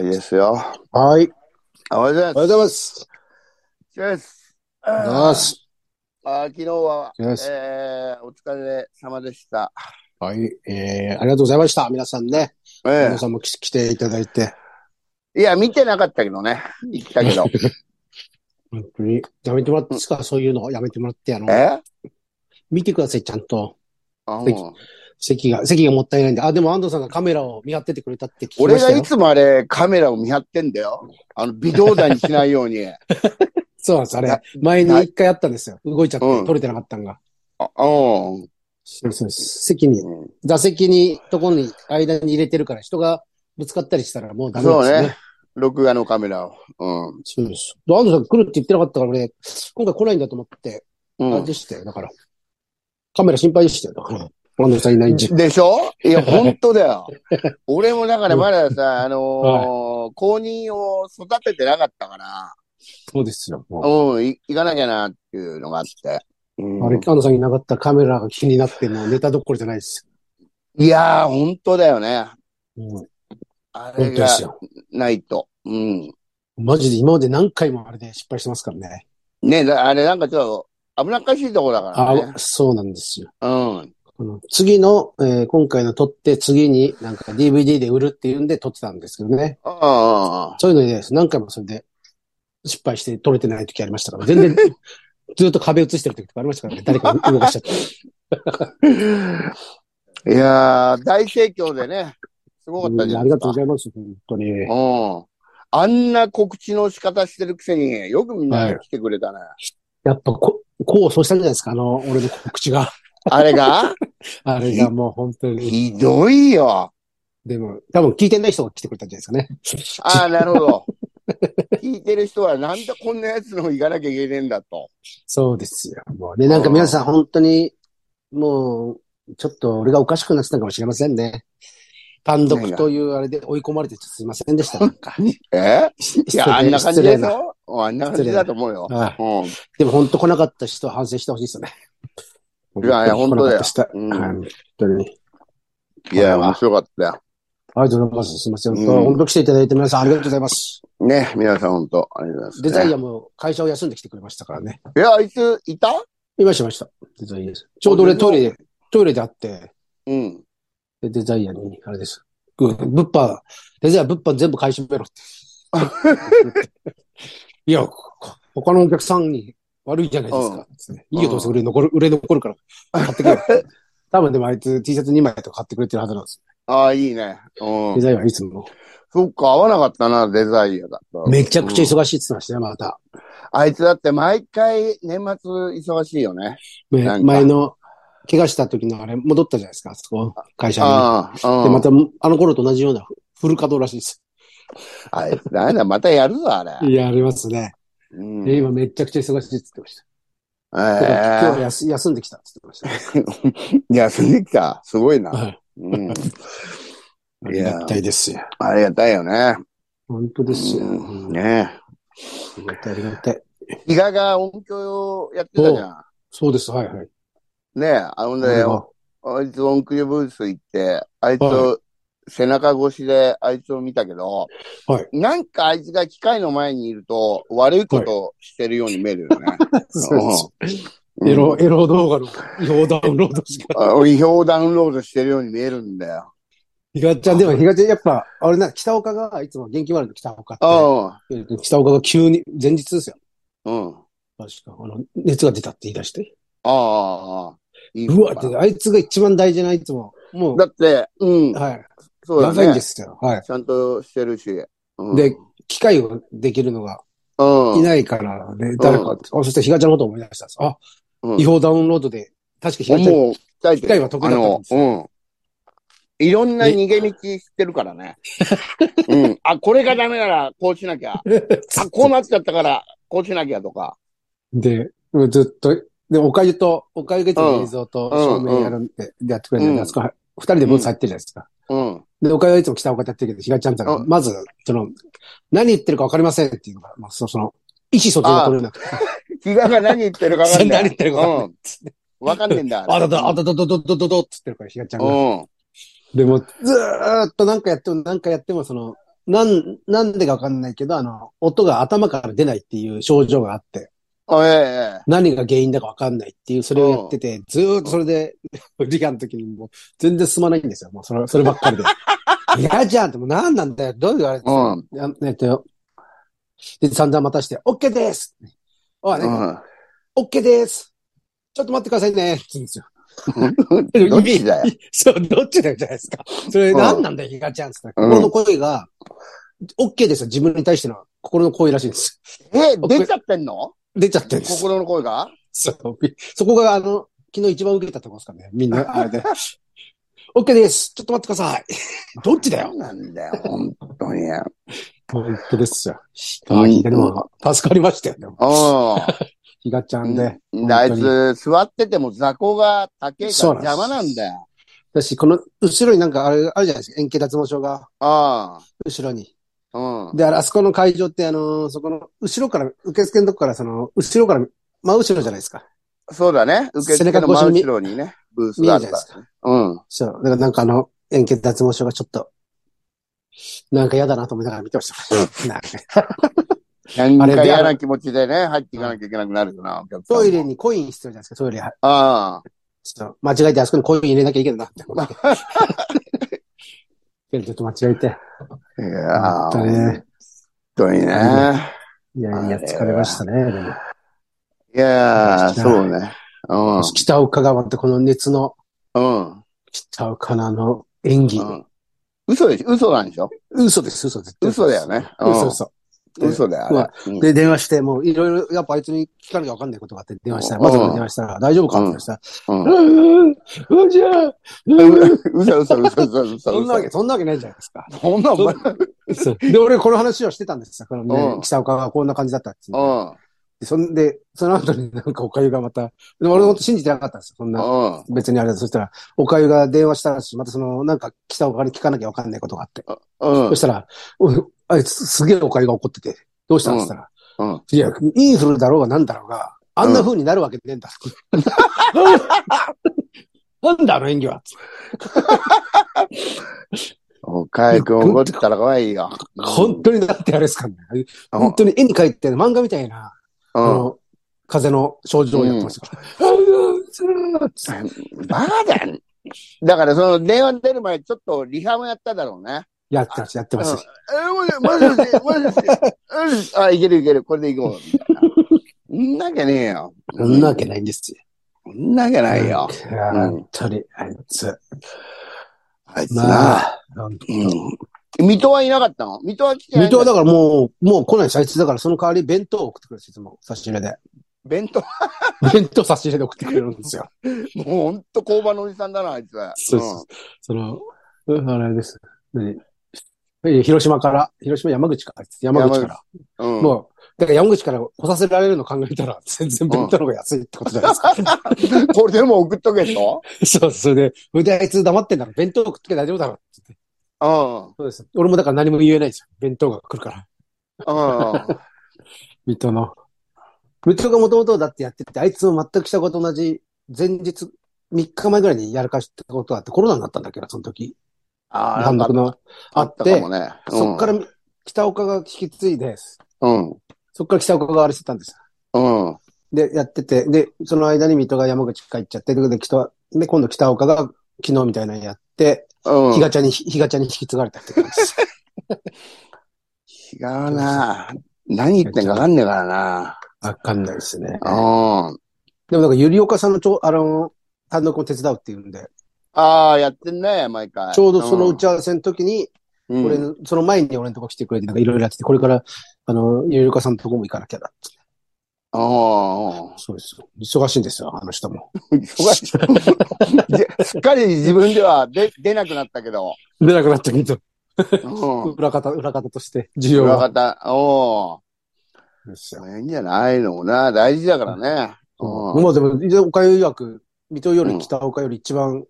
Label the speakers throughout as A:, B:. A: いですよ。
B: はい。
A: おはようござい
B: おは
A: ま
B: ようございます。
A: す。よす。
B: よ
A: あー
B: し。
A: あー、昨日は、
B: よし。
A: えー、お疲れ様でした。
B: はい。えー、ありがとうございました。皆さんね。
A: え
B: 皆さんも来来ていただいて。
A: えいや、見てなかったけどね。行った けど。
B: 本当に。やめてもらっていいですかそういうの。やめてもらって、あの、
A: え
B: 見てください、ちゃんと。
A: あ
B: はい
A: もう
B: 席が、席がもったいないんで。あ、でも安藤さんがカメラを見張っててくれたって聞きま
A: 俺
B: した
A: が
B: よ。
A: いつもあれ、カメラを見張ってんだよ。あの、微動だにしないように。あ
B: そうなんです、あ
A: な
B: れ。前に一回あったんですよ。動いちゃって、
A: うん
B: 撮れてなかったんが。
A: うん。
B: そうですそうです。席に、
A: うん
B: 座席に、とこに、間に入れてるから、人がぶつかったりしたらもうダメなんです
A: そう
B: よ
A: ね
B: ね。
A: 録画のカメラを。うん。
B: そうです。で安藤さん来るって言ってなかったから、俺、今回来ないんだと思って、
A: うん
B: あれでしたよ、だから。カメラ心配でしたよ、だから。安藤さんいないんじゃ。
A: でしょいや、本当だよ。 俺もだからまださ、あのー公認を育ててなかったから、
B: そうですよ。も
A: うん、い行かなきゃなっていうのがあって。
B: うあれ、安藤さんいなかったらカメラが気になって、もうネタどころじゃないです。
A: いやー、本当だよね。
B: うん、本
A: あ
B: 当
A: れ
B: で
A: が
B: すよ。
A: ないと。うん。
B: マジで今まで何回もあれで失敗してますからね。
A: ねだあれなんかちょっと危なっかしいとこだから
B: あ
A: ね。
B: そうなんですよ。
A: うん。
B: この次の、えー今回の撮って、次になんか DVD で売るっていうんで撮ってたんですけどね。
A: ああ。
B: そういうので、何回もそれで失敗して撮れてない時ありましたから、全 然、ずっと壁映してる時とかありましたからね、誰か動かしちゃって。
A: いやー、大盛況でね、すごかったじゃ
B: あ
A: ない
B: り
A: です
B: がとう
A: か
B: ご。ざいます、本当に。
A: うん。あんな告知の仕方してるくせに、よくみんな来てくれたね。
B: やっぱこ、こうそうしたんじゃないですか、あの、俺の 告知が。
A: あれ が
B: あれがもう本当に。
A: ひどいよ。
B: でも、多分聞いてない人が来てくれたんじゃないですかね。
A: ああ、なるほど。聞いてる人は、なんだこんなやつの行かなきゃいけねえんだと。
B: そうですよ。もうね、なんか皆さん本当に、もう、ちょっと俺がおかしくなってたかもしれませんね。単独というあれで追い込まれてちょっとすいませ んでした。なんか
A: えいや、あんな感じ
B: 失礼
A: でし
B: な
A: ょあんな感じだと思うよ。
B: はい。
A: うん。
B: でも本当来なかった人は反省してほしいですよね。
A: いやいや本当だよ
B: 来なかった人は
A: うん
B: はい本当に。
A: いや、面白かったよ。
B: ありがとうございます。すみません。
A: うん
B: 本当、本当来ていただいて皆さんありがとうございます。
A: ね、皆さん本当ありがとうござ
B: デ
A: いま
B: ザ
A: す、
B: イ
A: ね。
B: アも会社を休んできてくれましたからね。
A: いや、あいつ、いた
B: いました、いました。デザイアです。ちょうど俺トイレで、トイレで会って、
A: うん。
B: でデザイアに、あれです。うん物販、デザイア物販全部買い占めろ って。いや、こ他のお客さんに悪いじゃないですか。
A: ん
B: いいよ、どうせ売れ残る、売れ残るから買 ってくれ。多分でもあいつ T シャツ2枚とか買ってくれてるはずなんです。
A: ああ、いいね。う
B: デ
A: ん。
B: ザイアはいつも。
A: そっか、合わなかったな、デザイアだったら
B: めちゃくちゃ忙しいって言ってましたね、また。
A: あいつだって毎回年末忙しいよね。
B: め
A: なんか
B: 前の、怪我した時のあれ、戻ったじゃないですか、あそこ、会社に。
A: ああ、うん
B: で、また、あの頃と同じようなフフル稼働らしいです。
A: あいつ、なんだ、またやるぞ、あれ。
B: いや、ありますね。
A: うん
B: で今めちゃくちゃ忙しいって言ってました。
A: え
B: だから今日は
A: ー、
B: 休休んできたって言ってまし
A: 休んできた。すごいな。
B: た。はい。
A: うん。
B: あ
A: い
B: り
A: や
B: がたいですよ。
A: ありがたいよね。
B: 本当ですよ。
A: うん
B: うんあ
A: ね
B: りがたい、ありがたい。
A: 伊賀が音響をやってたじゃん。
B: そうです、はいはい。
A: ねあの
B: 俺
A: ね、
B: が
A: あいつ音響ブース行って、あいつを、背中越しであいつを見たけど、
B: はい
A: なんかあいつが機械の前にいると悪いことしてるように見えるよね。
B: そう
A: うん
B: エロ、エロ動画の違法ダウンロードし か。
A: あ違法ダウンロードしてるように見えるんだよ。
B: ひがちゃん、でもひがちゃん、やっぱ、あれな、北岡が、いつも元気悪いの北岡って。
A: あ
B: 北岡が急に、前日ですよ。
A: あ、うん。
B: 確か、あの、熱が出たって言い出して。
A: ああああ、いいこ
B: う
A: と
B: わ
A: だ
B: って、あいつが一番大事な、いつも。もう、
A: だって、うん、
B: はい。
A: そうだ
B: やばいんで
A: ね。
B: すよ。はい。
A: ちゃんとしてるし。うん、
B: で、機械をできるのが
A: うん、
B: いないから、で、誰か、あそしてひがちゃんのことを思い出したんです。あ、
A: うん
B: 違法ダウンロードで、確かひがちゃん、
A: もう、大
B: 機械は得意だったんです
A: あの、うん。いろんな逃げ道知ってるからね。うん。あ、これがダメなら、こうしな きゃ。あ、こうなっちゃったから、こうしなきゃとか。
B: で、ずっと、で、おかゆと、おかゆがいつも映像と照明やるんで、でやってくれるん
A: うん
B: で、あそこ、二人でブース入ってるじゃないですか。
A: うん。
B: で、おかゆはいつも北岡でやってるけど、ひがちゃんさんが、
A: うん
B: まず、その、何言ってるかわかりませんっていうのが、まあ、そその、意思疎通が取れなくて、
A: 気がが何言ってるか分かんない。
B: 何言ってるか分かんない
A: うん。分かんねえんだ。
B: あだだ、あだだだだだだだって言ってるから、ひがちゃん
A: う
B: が。
A: ん。
B: でも、ずーっと何かやっても何かやっても、その、なん、なんでかわかんないけど、あの、音が頭から出ないっていう症状があって、
A: あええ
B: 何が原因だかわかんないっていう、それをやってて、ずーっとそれで、リガの時にもう全然進まないんですよ。もうそれ、そればっか りで。嫌じゃんって、もう何なんだよ。どう言われて
A: ええ。うん。
B: やえっと、で、散々待たして、OK ですおい、ね、OK ですちょっと待ってくださいねって言うんで すよ。
A: うん。どっちだよ。
B: そう、どっちだよじゃないですか。それ
A: うん
B: 何なんだよ、ヒガちゃんっつったら。
A: うん
B: 心の声が、OK ですよ、自分に対しての心の声らしいんです。
A: え、出ちゃってんの
B: 出ちゃってるんです。
A: 心の声が
B: そうびそこが、あの、昨日一番受けたところですかね。みんな、 あれで。OK です。ちょっと待ってくださ い。どっちだ
A: そ
B: よ
A: う。なんだよ、本当に。
B: 本当ですよ。
A: 当に
B: でも、助かりましたよね。
A: う
B: ひがちゃんで。
A: ん。であいつ、座ってても座高が高いか
B: そう
A: ら
B: なんです
A: 邪魔なんだよ。
B: だし、この、後ろになんかあれ、あるじゃないですか。円形脱毛症が、
A: あ
B: 後ろに。
A: あ。うん。
B: で、あれあそこの会場って、あのーそこの、後ろから、受付のとこから、その、後ろから、真後ろじゃないですか。
A: そうだね。受付の真後ろにね、ブース
B: 見え
A: があ
B: る
A: る
B: じゃ
A: か
B: ない
A: ら
B: です。か。
A: うん。
B: そう。だからなんかあの、円形脱毛症がちょっと、なんか嫌だなと思いながら見てました。 なんか
A: なん
B: あれ
A: か
B: で
A: 嫌な気持ちでね、入っていかなきゃいけなくなるよな、お客さんも
B: トイレにコイン必要じゃないですか、トイレ。
A: あ
B: ちょっと間違えてあそこにコイン入れなきゃいけないなって 思って。ちょっと間違えて。
A: あ。い
B: 本
A: や
B: 当
A: ー、
B: に
A: 本
B: ね。
A: 当にね。
B: いやいや、疲れましたね。でも
A: いやー、そうね。う
B: 北岡川ってこの熱の
A: ん。うん。
B: 北岡のあの演技
A: う。ん。嘘でしょ嘘なんでしょ
B: 嘘です、嘘です。
A: 嘘だよ。ね。うん
B: 嘘嘘。
A: 嘘だよ、あれ
B: まあ。
A: うん
B: で、電話して、もういろいろ、やっぱあいつに聞かなきゃわかんないことがあって、電話したら、まず電話したら、大丈夫かって言ったら、
A: うん
B: うん、うん、じゃあ、うん
A: 嘘嘘嘘嘘嘘。
B: そんなわけ、
A: 嘘
B: そんなわけないじゃないですか。
A: そんなお前。
B: で、俺この話をしてたんですよ。この
A: うん
B: ね、北岡がこんな感じだったっていう。でそんで、その後になんかおかゆがまた、でも俺ほんと信じてなかったんですよ。そん
A: う
B: な、
A: ん。うん。
B: 別にあれだ。そしたら、おかゆが電話したらし、またその、なんか北岡に聞かなきゃわかんないことがあって。
A: うん
B: そし。たら、おいあいつすげえおかゆが怒ってて、どうしたんですか
A: う
B: ら、
A: んうん
B: いや、インフルだろうがなんだろうが、あんな風になるわけねえんだ。なんだあの演技は。
A: おかゆくん怒ってたら怖いよ。
B: 本当にだってあれですかね。
A: うん
B: 本当に絵に描いて漫画みたいな、あ
A: う
B: の、風邪の症状をやってましたから。
A: ん。バカだよ。だからその電話出る前ちょっとリハもやっただろうね。
B: やってました、やってました。
A: え、もしもし、もしもし。あ、いけるいける。これでいこう。みたいな。んなわけねえよ。
B: そんなわけないんですよ。
A: んなわけないよ。
B: いや
A: うん
B: 本当に、あいつ。
A: あいつ
B: ま
A: な。
B: あ、本当
A: うん。水戸はいなかったの水戸は来てない
B: 水
A: ん
B: 戸はだからもう、もう来ないです。あいつだからその代わり弁当を送ってくるんです、いつも。差し入れで。
A: 弁当
B: 弁当差し入れで送ってくれるんですよ。
A: もうほんと交番のおじさんだな、あいつ。
B: そうそう。その、うんあれです。何え広島から、広島山口から、山口から。
A: うん。うん。
B: もう、だから山口から来させられるの考えたら、 全然弁当の方が安いってことじゃないですか。
A: これでも送っとけと
B: そう、それで、それであいつ黙ってんだろ、弁当食っとけば大丈夫だろって言って。
A: うん。
B: そうです。俺もだから何も言えないですよ。弁当が来るから。
A: うん。
B: 水戸の。水戸がもともとだってやってて、あいつも全くしたこと同じ、前日、3日前ぐらいにやらかしたことがあって、コロナになったんだっけど、その時。
A: ああ、
B: 単独の。あっ
A: った
B: て、
A: かもね。うん
B: そっから北岡が引き継いで、
A: うん。
B: そっから北岡があれしてたんですよ。
A: うん。
B: で、やってて、で、その間に水戸が山口帰っちゃって、で、北、で、今度北岡が昨日みたいなのやって、
A: うん。
B: ひがちゃんに、ひがちゃんに引き継がれたって感じです。
A: 違うな。何言ってんかわかんねえからな。
B: わかんないですね。
A: うん。
B: でもなんか、ゆりおかさんのちょ、あの、単独も手伝うっていうんで、
A: ああ、やってんね、毎回。
B: ちょうどその打ち合わせの時に、
A: うん、
B: 俺
A: うん
B: の、その前に俺のとこ来てくれて、なんかいろいろやってて、これから、あの、ゆりおかさんのとこも行かなきゃだっつって。
A: ああ、
B: そうですよ。忙しいんですよ、あの人も。
A: 忙しいじ ゃすっかり自分では出出なくなったけど。
B: 出なくなったけど、
A: うん。
B: 裏方、裏方として、需要
A: 裏
B: が。
A: 方、お
B: です
A: お
B: よ
A: まあいいんじゃないのもな、大事だからね。うん。
B: まあでも、おかゆ曰く、水戸より北岡より一番、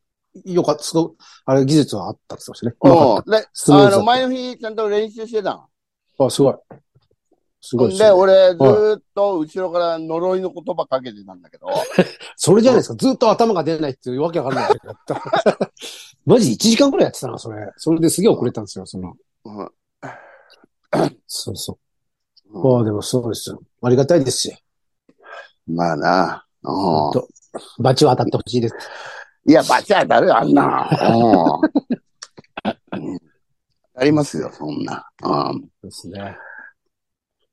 B: よかった、すごあれ、技術はあったって言ってましたね。うま
A: う
B: か
A: ん。で、
B: スムーズだ
A: あ
B: った
A: の、前の日、ちゃんと練習してたの。
B: った。あ、すごい。すごいです
A: で、
B: ね。
A: 俺、ずーっと後ろから呪いの言葉かけてたんだけど、
B: それじゃないですか。ずっと頭が出ないっていうわけわかんない ことやった。マジで1時間くらいやってたな、それ。それですげえ遅れたんですよ、その。
A: うん
B: そうそう。まあでもそうですよ。ありがたいですよ。
A: まあな。
B: ほん
A: う
B: とバチは当たってほしいです。
A: ん。いや、バチ当たるよ、あんな。うんうん当たりますよ、そんな。うん。
B: ですね。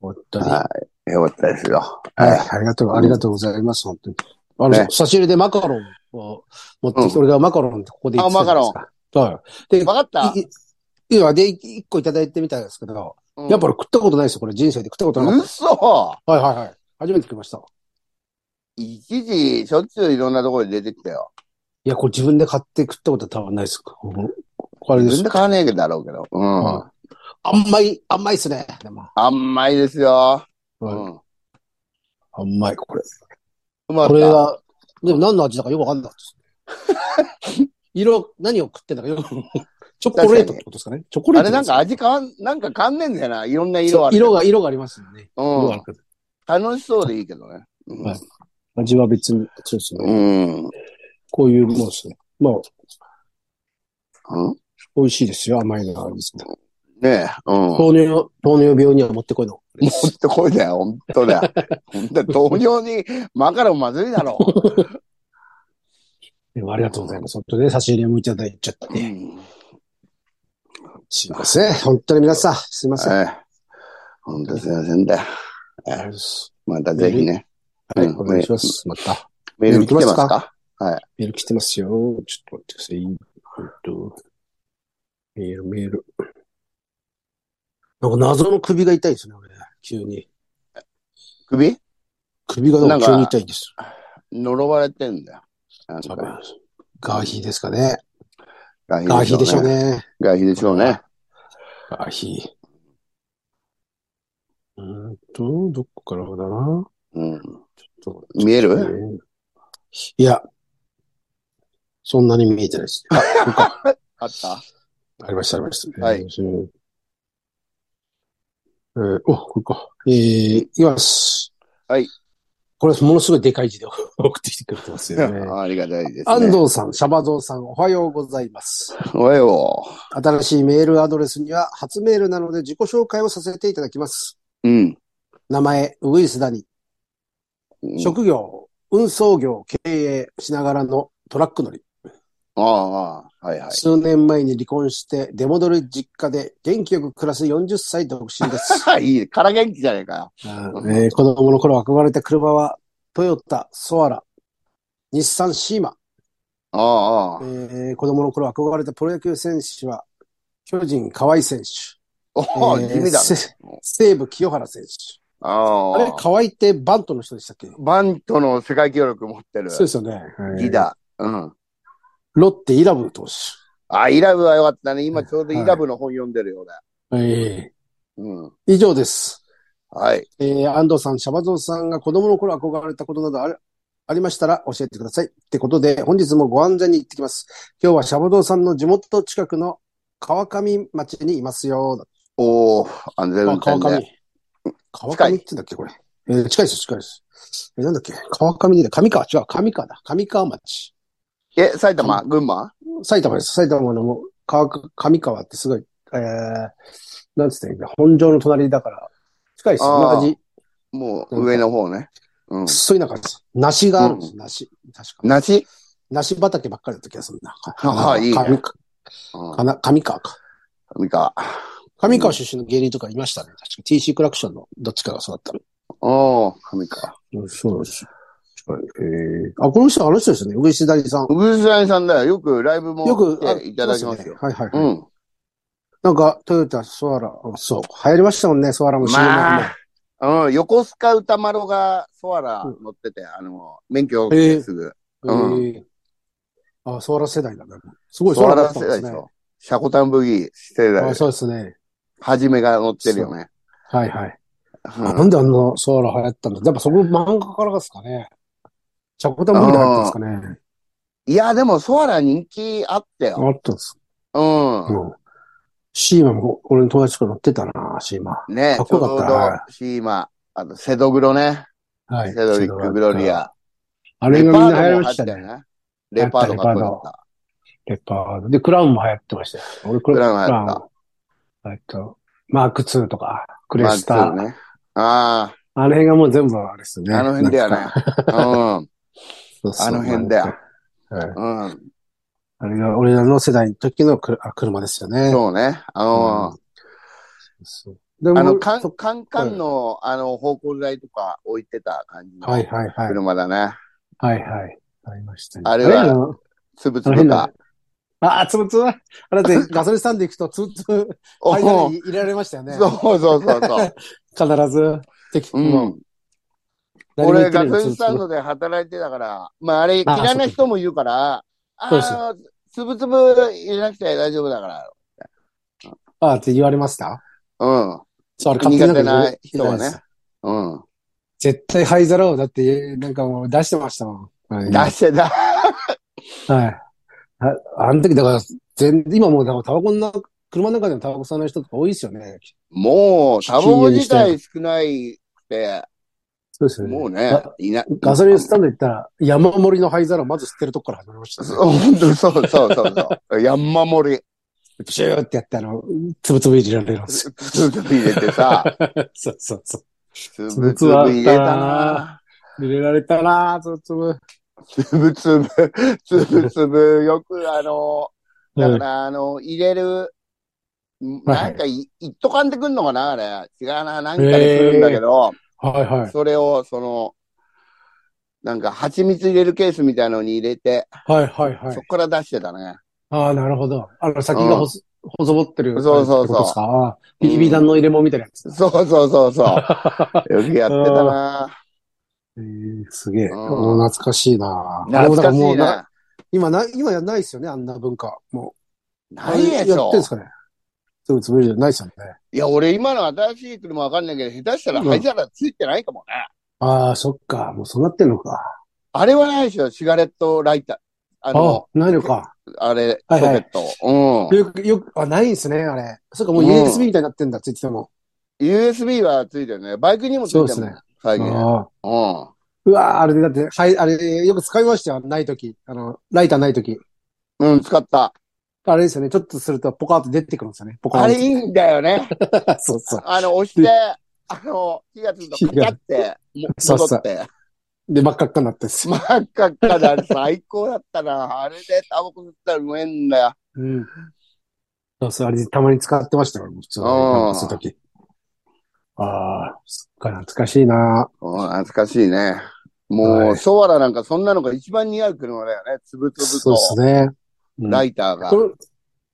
B: 本当に。は
A: はい。よかったですよ。
B: い、
A: はい。
B: ありがとう、ありがとうございます、本当に。あの、
A: ね
B: 差し入れでマカロンを持ってきて、俺がマカロンってここで言ってたじゃないですか。はい。で、
A: わかった
B: いいいや、で、い一個いただいてみたんですけど、やっぱり食ったことないですよ、これ人生で食ったことなかったです。
A: 嘘
B: はいはいはい。初めて食いました。い
A: 一時、しょっちゅういろんなところで出てきたよ。
B: や、これ自分で買って食ったことは多分ないです。こここれで
A: 自
B: す
A: 分で。買わねえだろうけど。う
B: うん
A: ん。
B: 甘い、甘いっすね。でも、
A: 甘いですよ。う
B: うん
A: ん。う
B: 甘い、これ。
A: ま
B: これ
A: かっ
B: が、でも何の味だかよくわかんなか ったです。色、何を食ってんだかよく。チョコレートってことですかね。チョコ
A: た。
B: レー
A: あ
B: ト
A: れなんか
B: あ
A: 味変わん、なんか変わんねえんだよな。いろんな色ある。
B: 色が、色がありますよね。色
A: う
B: があ
A: ん
B: る。けど
A: 楽しそうでいいけどね。うん
B: はい味は別に、そうですね。
A: うん。
B: こういうものですね。まあ、
A: うん
B: 美味しいですよ。甘いのがあるんですけど。
A: ねえ。うん。
B: 糖尿、糖尿病には持ってこいの。
A: もっとこいだよ、本当だよ。本当だ糖尿にマカロンまずいだろ。
B: でもありがとうございます。本当にね、差し入れもいただいちゃった
A: う
B: ね。
A: ん
B: すいません。本当に皆さん、すいません。
A: ええ本当すいませんだよ。
B: ありがとうございます
A: またぜひね。
B: はい、
A: うん
B: お願いします。また。
A: メール来てます
B: メール来
A: か
B: メール来てますよ。ちょっと待ってください。本当メール、メール。なんか謎の首が痛いですね、俺。急に。
A: 首
B: 首がなんか急に痛いんです。
A: 呪われてんだよ。なん
B: 多
A: か
B: 分。ガーヒーですかね。
A: ガ
B: ガーヒーでしょう。ね。
A: ガヒでしょうね。
B: ガーヒー。うーんと、どこからだな。
A: うん。
B: ちょっと
A: 見え
B: え
A: る
B: ーいや、そんなに見えてないです。あ、ここか
A: あった
B: ありました、ありました。
A: はい
B: えーえーお、これか。えー、いきます。
A: はい。
B: これ、ものすごいでかい字で 送ってきてくれてますよね。
A: ありがたいですね。
B: 安藤さん、シャバゾウさん、おはようございます。
A: おはよ
B: 新しいメールアドレスには初メールなので自己紹介をさせていただきます。
A: う。うん。
B: 名前、ウイスダニ。
A: うん
B: 職業、運送業経営しながらのトラック乗り。
A: ああああ、はいはい。
B: 数年前に離婚して出戻る実家で元気よく暮らす40歳独身です。
A: いい。から元気じゃねえかよ。
B: うんえー子供の頃憧れた車は、トヨタ、ソアラ、日産シーマ。
A: ああ、ああ
B: え。ー子供の頃憧れたプロ野球選手は、巨人、河合選手。
A: おお、
B: えー
A: 地味だね。
B: せ西武、清原選手。
A: あ
B: あれ、
A: あ。
B: 河合ってバントの人でしたっけ
A: バントの世界記録持ってる。
B: そうですよね。
A: ギダ。うん。
B: ロッテ、イラブ投手。
A: あ、イラブは良かったね。今ちょうどイラブの本読んでるようだ。
B: え
A: うん。
B: ー以上です。
A: はい。
B: えー安藤さん、シャバゾウさんが子供の頃憧れたことなどあるありましたら教えてください。ってことで、本日もご安全に行ってきます。今日はシャバゾウさんの地元近くの川上町にいますよ。だ
A: おお、安全運
B: ってあ
A: 転
B: 川
A: で。
B: 上。川上って言うんだっけ、これ。えー近いです、近いです。えーなんだっけ、川上で、上川、違う、上川だ。上川町。
A: え、埼玉群馬
B: 埼玉です。埼玉のもう川上川ってすごい、えー、なんつってんだっけ本庄の隣だから、近いですよ。
A: あー
B: 同じ
A: もう上の方ね。うん。
B: そういう中です。梨があるんです。梨。確か。
A: 梨
B: 梨畑ばっかりだった気がするな。
A: ああいいね
B: 上か
A: うん
B: か。な上川か。
A: 三河。
B: 上川出身の芸人とかいましたね。確か TC クラクションのどっちかが育った
A: おお、神か。
B: の。そうなんです。えあ、この人、あの人ですよね。上石谷さん。
A: ウブさんだよ。よくライブも
B: よく
A: 来ていただきます
B: ね
A: よ。。
B: はいはい、
A: う
B: はい
A: ん。
B: なんか、トヨタ、ソアラ、あそう。流行りましたもんね、ソアラも CM もね。
A: まあ、うん、横須賀歌丸がソアラ乗ってて、あの、免許を
B: ええ
A: すぐ。
B: ええあ、ソアラ世代だね。すごい、
A: ソア
B: だ
A: ラ
B: った
A: 世
B: んで
A: 代
B: す
A: でし
B: ね。
A: ょ。シャコタンブギー世代
B: あ
A: でし
B: そ
A: ょ。
B: うですね。
A: はじめが乗ってるよね。
B: はいはい。
A: うん
B: あなんであんなソアラ流行ったんだやっぱそこ漫画からですかね。チャコタンブリで流行ったんですかね。
A: いや、でもソアラ人気あったよ。
B: あったんです。
A: う
B: うん。シーマも、俺の友達と乗ってたな、シーマ。
A: ん。ね
B: かっ
A: ちょ
B: こ
A: う
B: よかった
A: ど、シーマ、あと、セドグロね。
B: は
A: セドリック・グロリ。ア。
B: あれがみんな流行りました
A: レパードも流行ったよね。レパードか
B: ね。
A: っこよかった。
B: レパード。で、クラウンも流行ってましたよ。俺、ク
A: クラウ
B: ラウン。
A: ン流行った
B: えっと、マーク2とか、クレ
A: まあ
B: スター。
A: そうね。あ
B: あの辺がもう全部あれですよね。
A: あ、あの辺だよね
B: なんか。
A: うん。
B: そうそう
A: あの辺だよ。
B: はい
A: うん。
B: あれが俺らの世代の時のくるあ車ですよね。
A: そうね。あの、
B: そうでも
A: あの、カン
B: そ、
A: カンカンの、あの、方向剤とか置いてた感じの
B: はいはいはい。
A: 車だね。
B: はいはい。ありましたね。
A: あれは
B: あの
A: つぶつ
B: あの
A: ぶ
B: 変な
A: か。。
B: あ、つぶつぶあれだ ってガソリンスタンド行くとつぶつぶ、
A: お
B: 間
A: お
B: に入れられましたよね。
A: そうそうそう そう。
B: 必ず。敵
A: うん。
B: 何も言
A: 俺、
B: ってな
A: ガ
B: い
A: ソリンス
B: つぶつぶ
A: タンドで働いてたから、まあ、あれ、
B: あ
A: 嫌いな人もいるから、
B: そうです
A: ああ、つぶつぶ入れなくて大丈夫だから。
B: あって言われました
A: うん。
B: そう、あれ
A: 苦手
B: んか
A: な人は
B: 入れな
A: ね
B: いです。
A: うん。
B: 絶対灰皿を、だって、なんかもう出してましたもん。はい
A: 出してた。
B: はい。ああの時、だから、全今もう、だからタバコの中、車の中でもタバコ吸わない人とか多いですよね。
A: もう、タバコ
B: 金融に
A: 自
B: しては
A: 体少ないくて、
B: そうですよね。
A: もうね
B: あ、
A: いな。
B: ガソリンスタンド行ったら、山盛りの灰皿をまず吸ってるとこから始まりましたね、
A: そう本当にそうそうそうそう。山盛り、
B: プシューってやって、あの、つぶつぶいじられるんです
A: つ
B: よ。
A: ぶつぶ入れてさ、
B: そうそうそ
A: つぶつぶ入れたな。
B: う。入れられたなぁ、つぶつぶ。
A: つぶつぶ、つぶつぶ、よくあの、だから、あの、入れる、ん
B: はいは
A: ないんかい、一斗缶でくんのかなあれ。違うな、なんかでくるんだけど、
B: はいはい。
A: それを、その、なんか、蜂蜜入れるケースみたいのに入れて、
B: はいはいはい
A: そ。こから出してたね。
B: ああ、なるほど。あの、先がほそ、細ぼってる。
A: そうそうそう
B: ですか。ああ BB 弾の入れ物みたいなやつ。
A: そうそうそう そう。よくやってたな。
B: えー、すげえ。
A: うん
B: もう懐かしいなぁ。
A: 懐かし
B: あれも
A: い
B: だらもうな
A: な。
B: 今な、今やないですよね、あんな文化。もう。
A: ないでし
B: やっ
A: ょ
B: てん。すかね。つぶつぶじゃないですよね。
A: いや、俺今の新しい車わかんないけど、下手したら灰皿ついてないかもね。
B: ああ、そっか。もうそうなってんのか。
A: あれはないでしょ、シガレットライター。あ
B: ああ
A: の、、
B: ないのか。
A: あれ、
B: はい
A: ソケ
B: はい
A: ット。うん。
B: よく、よく、あ、ないんですね、あれ。そっか、もう
A: うん
B: USB みたいになってんだ、ついてても。
A: USB はついてるね。バイクにもついてるもん
B: そうですね。
A: 最近。うん。
B: ああうわあ、あれで、だって、はい、あれ、よく使いましたよ、ないとき。あの、ライターないとき。
A: うん、使った。
B: あれですよね、ちょっとすると、ポカーって出てくるんですよね。ポカー
A: あ
B: ンっ
A: れ
B: て
A: いいんだよね。
B: そうそう。
A: あの、押して、あの、火がつくとカチャって、も
B: そうそう
A: 戻って。
B: で、真っ赤っかになってんですよ
A: 真っ赤っかであれ最高だったな。あれでタバコ吸ったらうめえんだよ。
B: うん。そうそう、あれ、たまに使ってましたよ、普通に。
A: うん
B: なんかそういう時。ああ、すっかり懐かしいな
A: うん懐かしいね。もう、
B: はい
A: ソワラなんかそんなのが一番似合う車だよね。つぶつぶ
B: そう
A: と
B: で、すね。うん
A: ライターが。
B: これ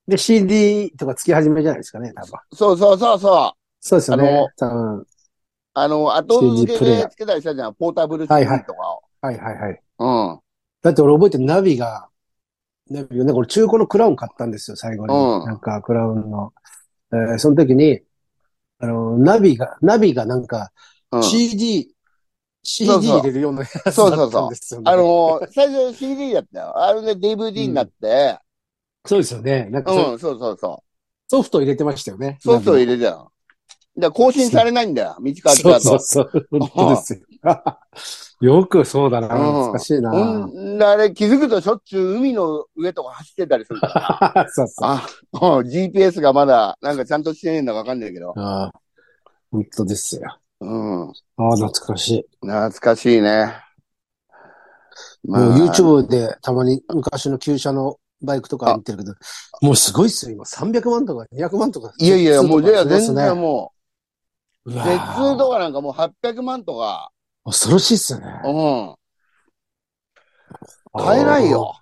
B: で、CD とかつき始めじゃないですかね、多分。
A: そうそうそうそう。
B: そうですよ
A: あ
B: ね
A: の。
B: 多分。
A: あの、後付
B: CD
A: け
B: プレイヤ
A: で
B: ー
A: つけたりしたじゃん。ポータブル CD とかを。
B: はいはいはい。
A: うん。
B: だって俺覚えてるナビが、ナビが、なんか俺中古のクラウン買ったんですよ、最後に。
A: うん
B: なんかクラウンの。えーその時に、あの、ナビが、ナビがなんか
A: うん
B: CD、CD
A: そうそう
B: 入れるようなやつだ
A: そうそうそう
B: ったんですよね。
A: あの、最初 CD だったよ。あれで DVD になって、
B: そうですよね。なんかそ、
A: うん、そうそうそ
B: ソフト入れてましたよね。
A: う。ソフトを
B: ナビ
A: 入れてたの。だから更新されないんだよ。道川
B: が
A: とだ
B: そう
A: と。
B: そうそう。本当で すよ。よくそうだな。
A: うん
B: 懐かしいな。
A: うん、あれ気づくとしょっちゅう海の上とか走ってたりするから。
B: そうそう。
A: あ、うん GPS がまだ、なんかちゃんとしてねえんだかわかんないけど。
B: ああ本当ですよ。
A: うん。
B: ああ、懐かしい。
A: 懐かしいね。ま
B: もう YouTube でたまに昔の旧車のバイクとか見てるけど、もうすごいっすよ、今。300万とか200万とか。
A: いやいや、もう、い
B: じゃ
A: や、全然も
B: う
A: う、
B: わ
A: 絶
B: ー
A: 通とかなんかもう800万とか、
B: 恐ろしいっすよね。
A: うん、買えないよ。
B: あー。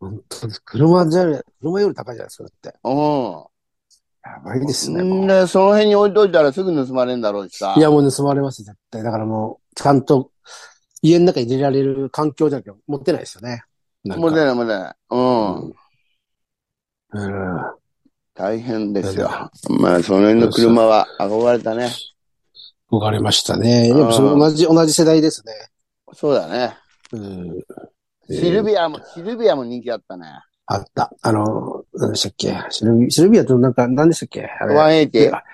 B: 本当です車じゃ、車より高いじゃないですか、だって。
A: うん。
B: やばいですね、も
A: ん
B: う
A: で、その辺に置いといたらすぐ盗まれるんだろうしさ。
B: いや、もう盗まれます、絶対。だからもう、ちゃんと、家の中に入れられる環境じゃなきゃ持ってないですよね。なん
A: も
B: か
A: う出ない、もう出ない。うん。
B: うん。
A: 大変ですよ。まあ、その辺の車は憧れたね。
B: 憧れましたね。やっぱその同じ、同じ世代ですね。
A: そうだね。
B: うん。
A: シルビアも、シルビアも人気だったね。
B: あった。あの、何でしたっけシルビシルビアとなんか、何でしたっけあれ。
A: 180。
B: あ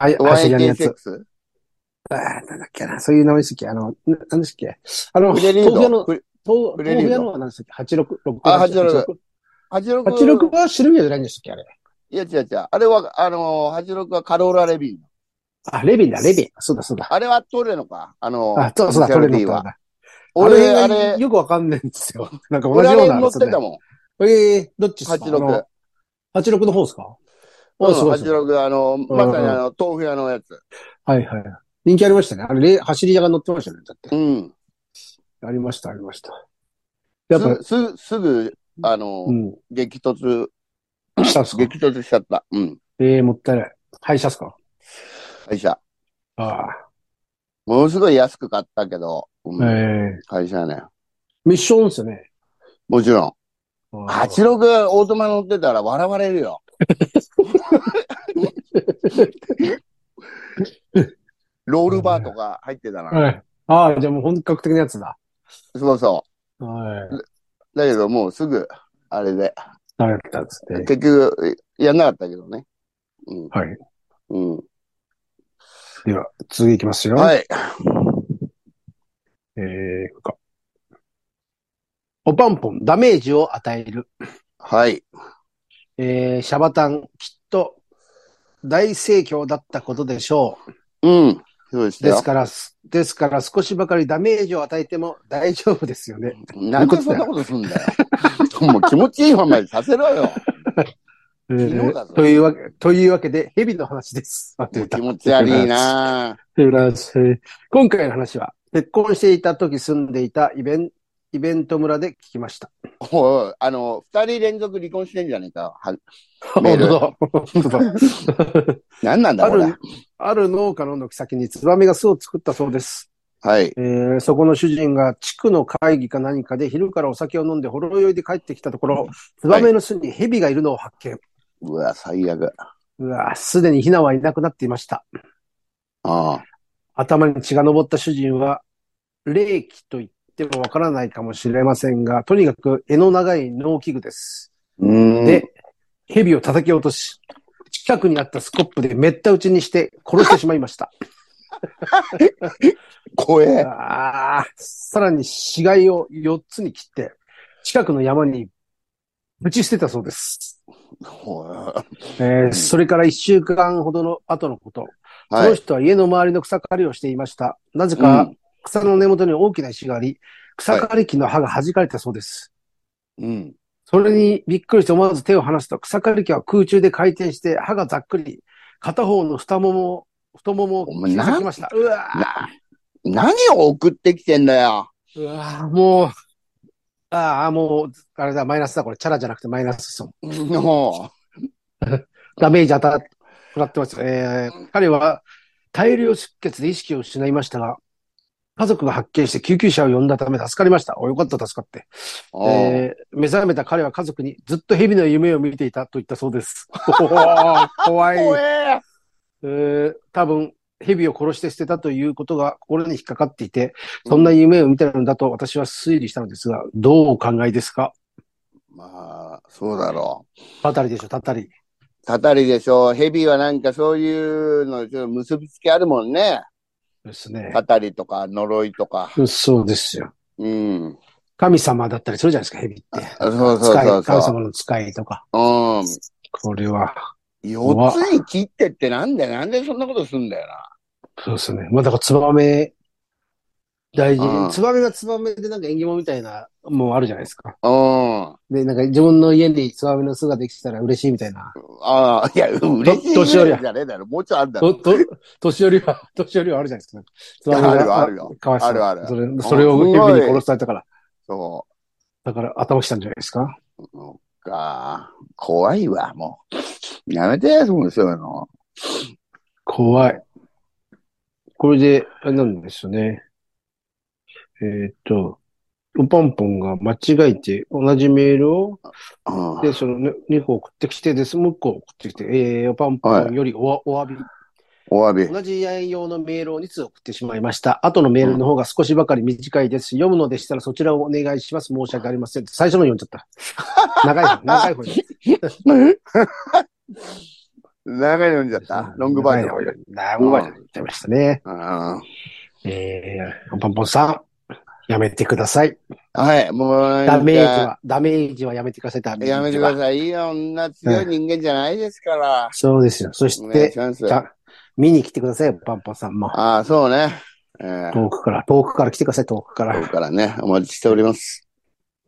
B: はい、走り屋のやつ。
A: 186?
B: あーなんだっけな。そういう名前でしたっけあの、な何でしたっけあの、
A: プレリ
B: 豆
A: ー
B: 腐
A: ド
B: 屋の、
A: プレ
B: 豆
A: プレリード
B: 豆腐屋のは何でしたっけ ?866。
A: あ86 86
B: 86はシルビアじゃないんでしたっけあれ。
A: いや、違う違う。あれは、あのー、86はカローラ・レビン。
B: あ、レビンだ、レビン。そうだ、そうだ。
A: あれはトレノか。あのー、
B: あ、そうそうだ、
A: ミシェル
B: トレノ
A: ディ
B: か
A: は。
B: ら
A: 俺、
B: だ。
A: あ
B: あれ、
A: れ、
B: よくわかんないんですよ。なんか同
A: 俺
B: じ
A: あ
B: よう
A: れ
B: な。
A: 乗ってたもん。
B: ん。ええどっちっすかあ
A: 86
B: の。86の方ですか
A: うん、
B: おすごいすごい。
A: 86、あのー、まさにあの、豆腐屋のやつ。
B: はいはい。人気ありましたね。あれ、レ走り屋が乗ってましたね。だって。
A: うん。
B: ありました、ありました。やっぱ、
A: す、す、すぐ、あの
B: う
A: ー、
B: ん。
A: 激突、
B: したんすか
A: 激突しちゃった。うん。
B: ええもったいない。廃車っすか
A: 会社。
B: あ
A: ものすごい安く買ったけど、う
B: あ。え
A: ん、
B: え
A: 会社ね。
B: ミッションですよね。
A: もちろん。
B: ああ
A: 86オートマ乗ってたら 笑われるよ。ロールバーとか入ってたな。
B: はい。ああ、じゃあもう本格的なやつだ。
A: そうそ
B: はい。
A: う。だけどもうすぐ、あれで。
B: 慣れたっつって。
A: 結局、やんなかったけどね。うん。
B: はい。
A: うん。
B: では、次いきますよ。
A: はい。
B: えー、これか。おパンポン、ダメージを与える。
A: はい。
B: えー、シャバタン、きっと、大盛況だったことでしょ
A: うん。そうでし
B: う。
A: た
B: で
A: よ
B: す。から、すですから少しばかりダメージを与えても大丈夫ですよね。
A: なんでそんなことすんだよ。もう気持ちいいままでさせろ よ。
B: え
A: 昨日だ
B: ー
A: ぞ
B: というわけ、というわけで、蛇の話です。あという歌
A: 気持ち悪いなぁ。
B: という話です今回の話は、結婚していた時住んでいたイベンイベント村で聞きました。
A: おい、あの、二人連続離婚してんじゃねえか。は、メー
B: 本
A: ル
B: 当だ。本当だ。
A: なんなんだ、
B: あ
A: これ。
B: る、ある農家の軒先にツバメが巣を作ったそうです。
A: はい。
B: えーそこの主人が地区の会議か何かで昼からお酒を飲んでほろ酔いで帰ってきたところ、ツバメの巣に蛇がいるのを発見。
A: うわ、最悪。
B: うわすでにヒナはいなくなっていました。
A: あ
B: 頭に血が上った主人は、霊気と言ってもわからないかもしれませんが、とにかく柄の長い農機具です。
A: うん。
B: で、蛇を叩き落とし、近くにあったスコップでめった打ちにして殺してしまいました。
A: 怖え。
B: あーさらに死骸を4つに切って、近くの山に打ち捨てたそうです。
A: は
B: えーそれから1週間ほどの後のこと、その
A: い。
B: 人は家の周りの草刈りをしていました。なぜ
A: う
B: か
A: ん。
B: 草の根元に大きな石があり、草刈り機の刃が弾かれたそうです。
A: うん。
B: それにびっくりして思わず手を離すと、草刈り機は空中で回転して、刃がざっくり、片方の太ももを、太ももを
A: お
B: 切
A: 前
B: り
A: な
B: 裂きました。うわぁ
A: な、何を送ってきてんだよ。
B: うわぁもう、ああ、もう、あれだ、マイナスだ、これ、チャラじゃなくてマイナスそう。
A: も
B: ダメージ当たっ、食らってますよ。えー彼は大量出血で意識を失いましたが、家族が発見して救急車を呼んだため助かりました。お、よかった、助かって。
A: う。
B: えー目覚めた彼は家族にずっと蛇の夢を見ていたと言ったそうです。怖い。
A: 怖え。
B: えー多分、蛇を殺して捨てたということが心に引っかかっていて、そんな夢を見たのだと私は推理したのですが、どうお考えですか
A: まあ、そうだろう。
B: たたりでしょ、たたり。
A: たたりでしょ。ヘビはなんかそういうの、ちょっと結びつきあるもんね。
B: ですね。
A: たたりとか、呪いとか。
B: そうですよ。
A: うん。
B: 神様だったりするじゃないですか、蛇って。
A: そうそう
B: 使い、
A: そう
B: 神
A: そ
B: 様の使いとか。
A: う。うん。
B: これは、
A: 四つに切ってってなんで、なんでそんなことすんだよな。
B: そうですね。まあ、だから、ツバメ、大
A: うん
B: 事。ツバメがツバメでなんか縁起物みたいな、もうあるじゃないですか。
A: うん。
B: で、なんか自分の家にツバメの巣ができたら嬉しいみたいな。
A: ああ、いや、嬉しい
B: 年寄りは
A: じゃねえだろ。もうちょいあるだ
B: と、
A: ろ。
B: と、年寄りは、 年寄りはあるじゃないですか。ツ
A: あるよ、あ
B: が
A: るよ。
B: かわいそう。
A: あるある
B: それ、それを
A: す
B: ヘ
A: ごい
B: ビに殺されたから。
A: そ
B: だから頭きたんじゃないですか。
A: う。そっか。怖いわ、もう。 やめてや、そういうの。
B: 怖い。これで、あれなんですよね。えーっと、おぱんぽんが間違えて同じメールを
A: うん。
B: で、そのね2個送ってきてです。もう1個送ってきて、えー、おパンパンよりおわお詫び。
A: お詫び。
B: 同じ内容のメールを2通送ってしまいました。後のメールの方が少しばかり短いです。読むのでしたらそちらをお願いします。申し訳ありません。最初の読んじゃ った。長い方、長い方に。
A: 長いの読んじゃった。ロングバージョン。
B: 長い方ロングバージョンに行っちゃいましたね。
A: うん。
B: えー、おパンポンさん、やめてください。
A: はい、もう、
B: ダメージは、ダメージはやめてください、ダメージは。
A: やめてください。いい女、強い人間じゃないですから。
B: そうですよ。そ
A: お
B: し
A: 願い
B: て
A: し、ます。
B: じゃあ見に来てくださいよ、パンパンさんも。
A: ああ、そうね。えー、
B: 遠くから、遠くから来てください、遠くか
A: こ
B: ら。
A: こからね、お待ちしております。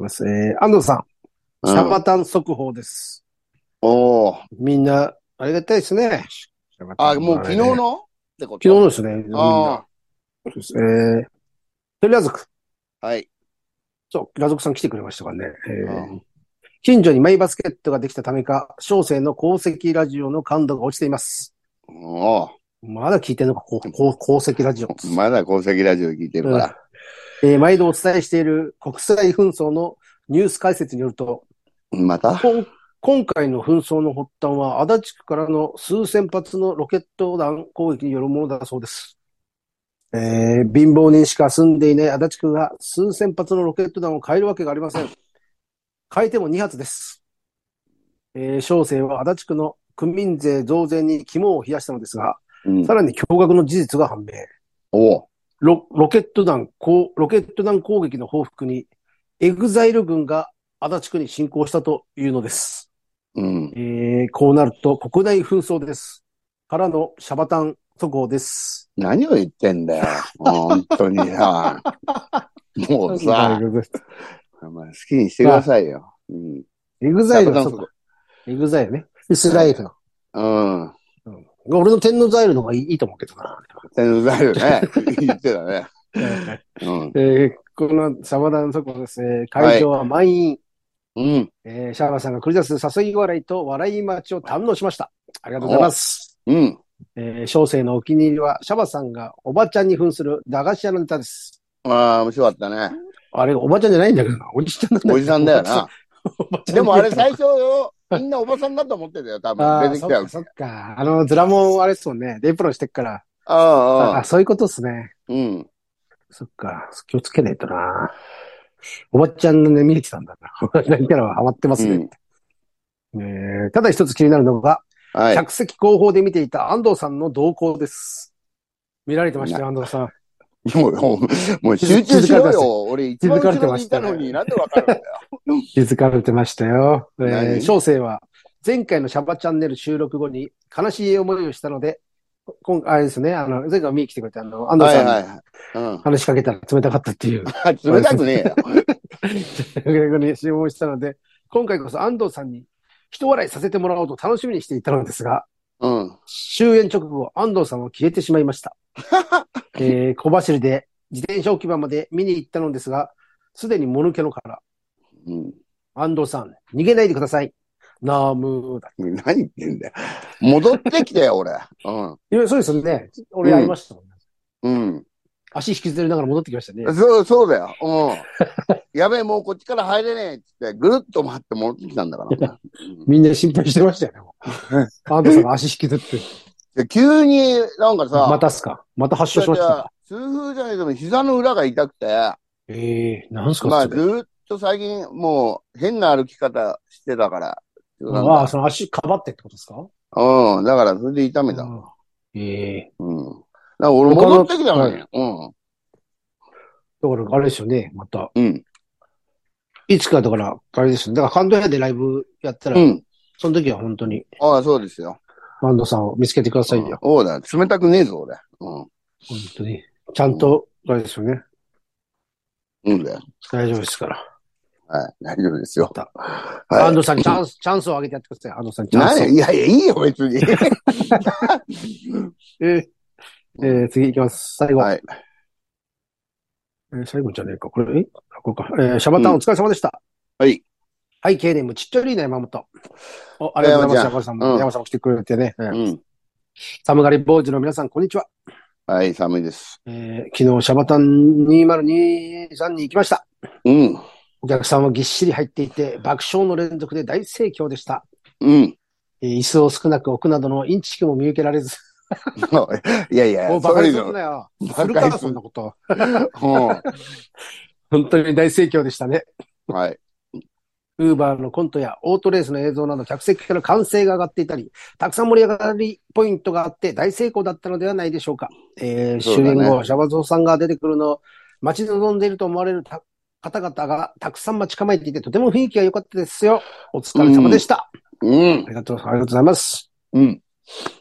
B: えー、安藤さん、
A: うん
B: シャバタン速報です。
A: おー
B: みんな、ありがたいですね。
A: あ、もう昨日の
B: 昨
A: ってこと
B: 日のですね。みんな
A: あ
B: そうですえー、とりあえず、
A: あ、はい。
B: そう、ラ族さん来てくれましたからね。えー
A: う
B: 近所にマイバスケットができたためか、小生の功績ラジオの感度が落ちています。
A: おー
B: まだ聞いてんのか、こうこう功績ラジオ。
A: まだ功績ラジオ聞いてるから。
B: えー毎度お伝えしている国際紛争のニュース解説によると、
A: また
B: こん今回の紛争の発端は足立区からの数千発のロケット弾攻撃によるものだそうです。えー貧乏人しか住んでいない足立区が数千発のロケット弾を変えるわけがありません。変えても2発です。えー小生は足立区の区民税増税に肝を冷やしたのですが、
A: うん
B: さらに驚愕の事実が判明。
A: おー
B: ロロケット弾攻、ロケット弾攻撃の報復に、エグザイル軍が足立区に侵攻したというのです。
A: うん。
B: えーこうなると国内紛争です。からのシャバタン速報です。
A: 何を言ってんだよ。本当にさ。もうさ、まあ好きにしてくださいよ。うん。
B: エグザイル
A: シャバタン速
B: の
A: 報
B: 速報。エグザイルね。イスラエルの。
A: うん。
B: 俺の天のザイルの方がいいいいと思うけどな。
A: 天才よね。 言ってたね。うん。
B: えーこのシャバタン速報ですね。会場は満員。
A: うん。
B: えーシャバさんが繰り出す誘い笑いと笑い待ちを堪能しました。ありがとうございます。
A: うん。
B: えー小生のお気に入りは、シャバさんがおばちゃんに扮する駄菓子屋のネタです。
A: ああ、面白かったね。
B: あれ、おばちゃんじゃないんだけどな。おじちゃんなんだ
A: おじさんだよな。。
B: おばちゃん
A: でもあれ最
B: 初
A: 初、みんなおばさんだと思ってたよ、多
B: あ
A: 分。
B: ー
A: 出てきた
B: そっ
A: よ
B: か。そっか。あの、ズラもんあれっすもんね。レプロンしてっから。
A: あ
B: あ
A: あああ、
B: そういうことっすね。
A: うん。
B: そっか。気をつけないとな。おばっちゃんのね、見えてたんだな。 おばちゃんキャラはハマってますね。ねえただ一つ気になるのが、
A: はい。
B: 客席後方で見ていた安藤さんの動向です。見られてましたよ、安藤さん。
A: もう、もう集中しろ
B: 気づかれてました
A: よ。俺一番後ろにいたのに、なんでわかるんだよ。
B: 気づかれてましたよ。えー
A: 何
B: 小生は、前回のシャバチャンネル収録後に悲しい思いをしたので、今回、あれですね、あの、前回見に来てくれたあの、安藤
A: は
B: さん
A: い
B: に
A: はい。うん
B: 話しかけたら冷たかったっていう、
A: あ。冷たくねえよ。
B: 逆に注文したので、 今回こそ安藤さんに人笑いさせてもらおうと楽しみにしていたのですが、
A: うん。
B: 終演直後、安藤さんは消えてしまいま した。えー小走りで自転車置き場まで見に行ったのですが、すでにもぬけのから、
A: うん
B: 安藤さん、逃げないでください。ナームーだ。
A: 何言ってんだよ。戻ってきてよ、俺。
B: いや、そうですよね。俺やりましたもんね。
A: うん。
B: 足引きずりながら戻ってきましたね
A: う。ん。そう、そうだよ。うん。やべえ、もうこっちから入れねえっつって、ぐるっと回って戻ってきたんだから。うん
B: みんな心配してましたよねもう。安藤さんが足引きず って。
A: で急になんかさ、
B: またっすかまた発症しまし
A: いやいや
B: た。
A: 痛風じゃないけど、膝の裏が痛くて、
B: ええー、なんすか
A: まあ、
B: そ
A: ず
B: れ
A: ーっと最近、もう、変な歩き方してたから。なん
B: ああ、
A: か
B: その足かばってってことですか
A: うん、だから、それで痛めた。うん。だか
B: ええ
A: ら俺、戻ってきたのに。
B: だから、あれですよね、また。
A: うん。うん。
B: いつか、だから、あれですよね。だから、関東屋でライブやった
A: う
B: ら、
A: ん。
B: その時は本当に、
A: ああ、そうですよ。
B: 安藤さんを見つけてくださいよ。
A: うんそうだ、冷たくねえぞ、俺。うん。
B: 本当に。ちゃんと、あれですよね。
A: うんだよ。
B: 大丈夫ですから。
A: はい、大丈夫ですよ。
B: ま
A: は
B: 安藤さん、チャンス、チャンスをあげてやってください。安藤さん、
A: い。
B: チャンスを
A: 何いやいや、いいよ、別 に。
B: えーえー次行きます。最後。
A: はい。
B: えー最後じゃねえか。これ、えあこれか。えーシャバタンお疲れ様でした。
A: はい。
B: はい、経年もちっちゃいリーナ山本。お、ありがとうございます。山本さんも、
A: うん
B: 山本さんも来てくれてね。えー
A: うん。
B: 寒がり坊主の皆さん、こんにちは。
A: はい、寒いです。
B: えー昨日、シャバタン2023に行きました。
A: うん。
B: お客さんはぎっしり入っていて、爆笑の連続で大盛況でした。
A: うん。
B: えー椅子を少なく置くなどのインチキも見受けられず、
A: いやいや、
B: もうバカにすんなよ。する
A: バカに
B: か、
A: すん
B: そんなこと。
A: う
B: 本当に大盛況でしたね。
A: ん。はい。
B: ウーバーのコントやオートレースの映像など客席から歓声が上がっていたり、たくさん盛り上がりポイントがあって大成功だったのではないでしょうか。えー
A: そう
B: 終
A: だね
B: 演後、シャバゾウさんが出てくるのを待ち望んでいると思われるた方々がたくさん待ち構えていて、とても雰囲気が良かったですよ。お疲れ様でした。
A: うん
B: あ。りがとう、ありがとうございます。
A: うん。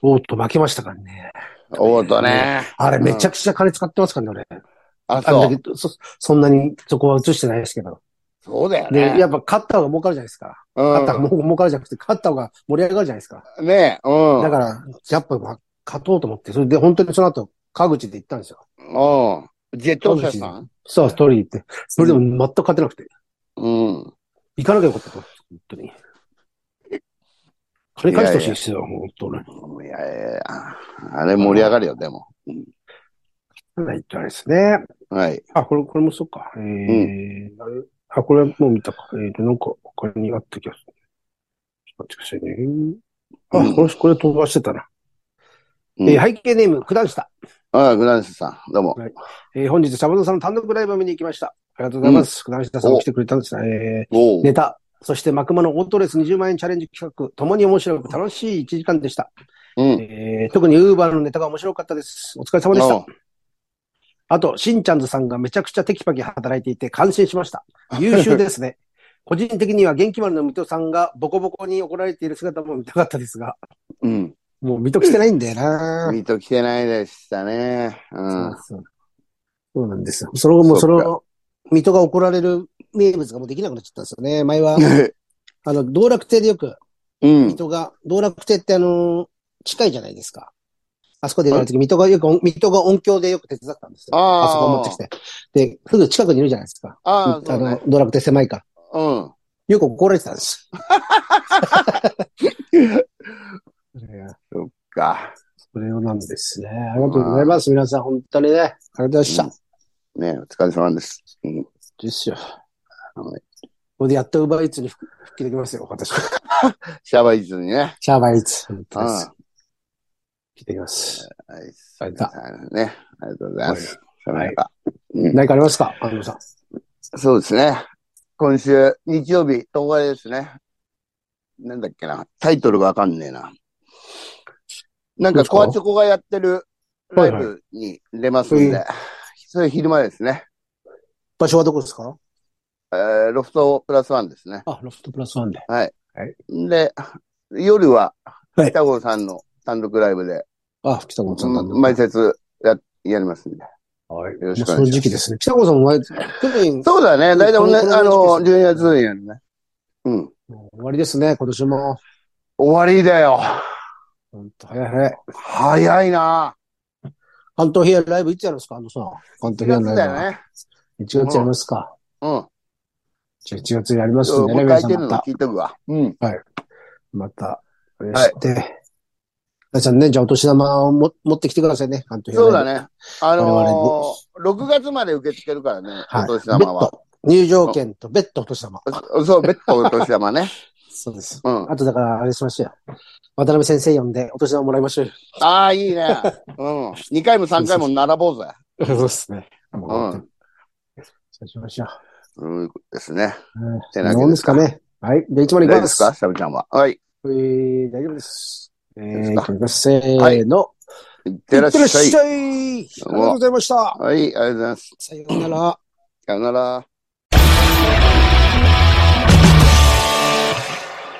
B: おーっと、負けましたからね。
A: おうとね。
B: あれ、めちゃくちゃ金使ってますからね、俺。
A: あ、
B: あ
A: そ
B: れ
A: う
B: だ。けそ、そんなにそこは映してないですけど。
A: そうだよ
B: で、
A: ね。
B: やっぱ勝った方が儲かるじゃないですか。勝った方が儲かるじゃなくて、勝った方が盛り上がるじゃないですか。
A: うん。ねえ。うん。
B: だから、やっぱ、まあ勝とうと思って、それで本当にその後、川口で行ったんですよ。
A: うん。ジェット社さん
B: そう、ストーリー行って。それでも全く勝てなくて、
A: うん。
B: 行かなきゃよかったと。本当に。金返してほしいですよ、本当に。
A: いやいやいやあれ盛り上がるよ、でも。
B: ないってあれですね。
A: はい。
B: あ、これ、これもそうか。えーあれあ、これはもう見たか。えーと、なんか、他にあった気がする。ちょっと待ってくださいね。あ、
A: うん
B: これ、これ飛ばしてたな。
A: うん
B: えー背景ネーム、九段下。
A: あグランスさん、どうも。
B: えー本日、サバンさんの単独ライブを見に行きました。ありがとうございます。九段下さんも来てくれたんですね。え
A: お
B: ーネタ、そして、マクマのオートレース20万円チャレンジ企画、共に面白く楽しい1時間でした。
A: うん。
B: えー特にウーバーのネタが面白かったです。お疲れ様でした。あと、しんちゃんずさんがめちゃくちゃテキパキ働いていて感心しました。優秀ですね。 個人的には元気丸の水戸さんがボコボコに怒られている姿も見たかったですが、
A: うん。
B: もう水戸来てないんだよな
A: 見と来てないでしたね。うん。
B: そうそうなんですよ。その後もうそ
A: そ
B: の、水戸が怒られる名物がもうできなくなっちゃったんですよね。前 は、あの、道楽亭でよく、
A: うん
B: 水。戸が、道楽亭ってあの、近いじゃないですか。あそこでやるとき、水戸がよく、水戸が音響でよく手伝ったんですよ。
A: あー
B: あそこ持ってきて。で、すぐ近くにいるじゃないですか。
A: ああ、そ
B: あ
A: う
B: の
A: ね。、
B: 道楽亭狭いから。
A: うん。
B: よく怒られてたん です。
A: か。
B: それをなんですね。ありがとうございます。皆さん、本当にね。ありがとうございました。
A: ねお疲れ様です。うん。
B: ですよ。はい。これでやっとウバーイーツに復復帰できますよ、私。
A: シャバイズにね。
B: シャーバーイーツ。本当
A: うん。
B: です
A: は。
B: 復帰できます。
A: い。
B: ありがと
A: ね。ありがとうございます。
B: はい
A: シャバかうん
B: 何かありますか安藤さん。
A: そうですね。今週、日曜日、東海ですね。なんだっけな。タイトルがわかんねえな。なん
B: どう
A: か、
B: ですか
A: コアチョコがやってるライ
B: はい
A: ブに出ますんで、それ昼間ですね。
B: 場所はどこですか
A: えーロフトプラスワンですね。
B: あ、ロフトプラスワンで。
A: で、夜は、
B: はい
A: 北郷さんの単独ライブで、
B: あ、北郷さんなんだ。
A: うん毎節や、やりますんで。
B: はい。
A: よろしくお
B: もうそ
A: 願いします
B: の時期ですね。北郷さんも前、去年、
A: そうだね。だいたい同じ、
B: この
A: あの、
B: この時期
A: 12月にやるね。うん。
B: もう終わりですね、今年も。
A: 終わりだよ。
B: 本当早い早い。
A: 早いな
B: 関東平野ライブいつやるんですか安藤さん。関
A: 1
B: 東平
A: 月
B: 野
A: だ
B: ライブは。
A: よね。
B: 1月やりますか。
A: うん。
B: じゃあ1月やりますんで
A: も
B: ね、
A: う書
B: 皆
A: い
B: さ
A: て
B: ん
A: る
B: ま
A: の
B: た、
A: 聞いとくわ。うん。
B: また、お願いして。皆さんね、じゃあお年玉をも持ってきてくださいね、関東
A: そう
B: 平野
A: だ
B: ライブ。
A: ね。あ
B: 我々
A: の
B: も
A: ー、6月まで受け付けるからね、
B: はい
A: お年玉は。
B: 別途入場券と別途お年玉。
A: そう、別途お年玉ね。
B: そうです。
A: うん。
B: あとだから、あれしましょうよ。渡辺先生呼んで、お年玉もらいましょうよ。
A: ああ、いいね。うん。2回も3回も並ぼうぜ。
B: そうですね。もう
A: うん
B: そうしましょう。
A: うん、ですね。
B: うん
A: てなわけですか
B: どうですかね。はい。じゃあ、いつもに
A: 大丈夫
B: 行きま
A: ですす。かしゃぶちゃんは。はい。
B: えー、大丈夫です。え
A: です
B: ー、
A: か
B: 行きます。せーの。
A: いってらっしゃい。
B: ゃい。ありがとうございました。
A: はい、ありがとうございます。
B: さようなら。
A: さよなら。
C: 「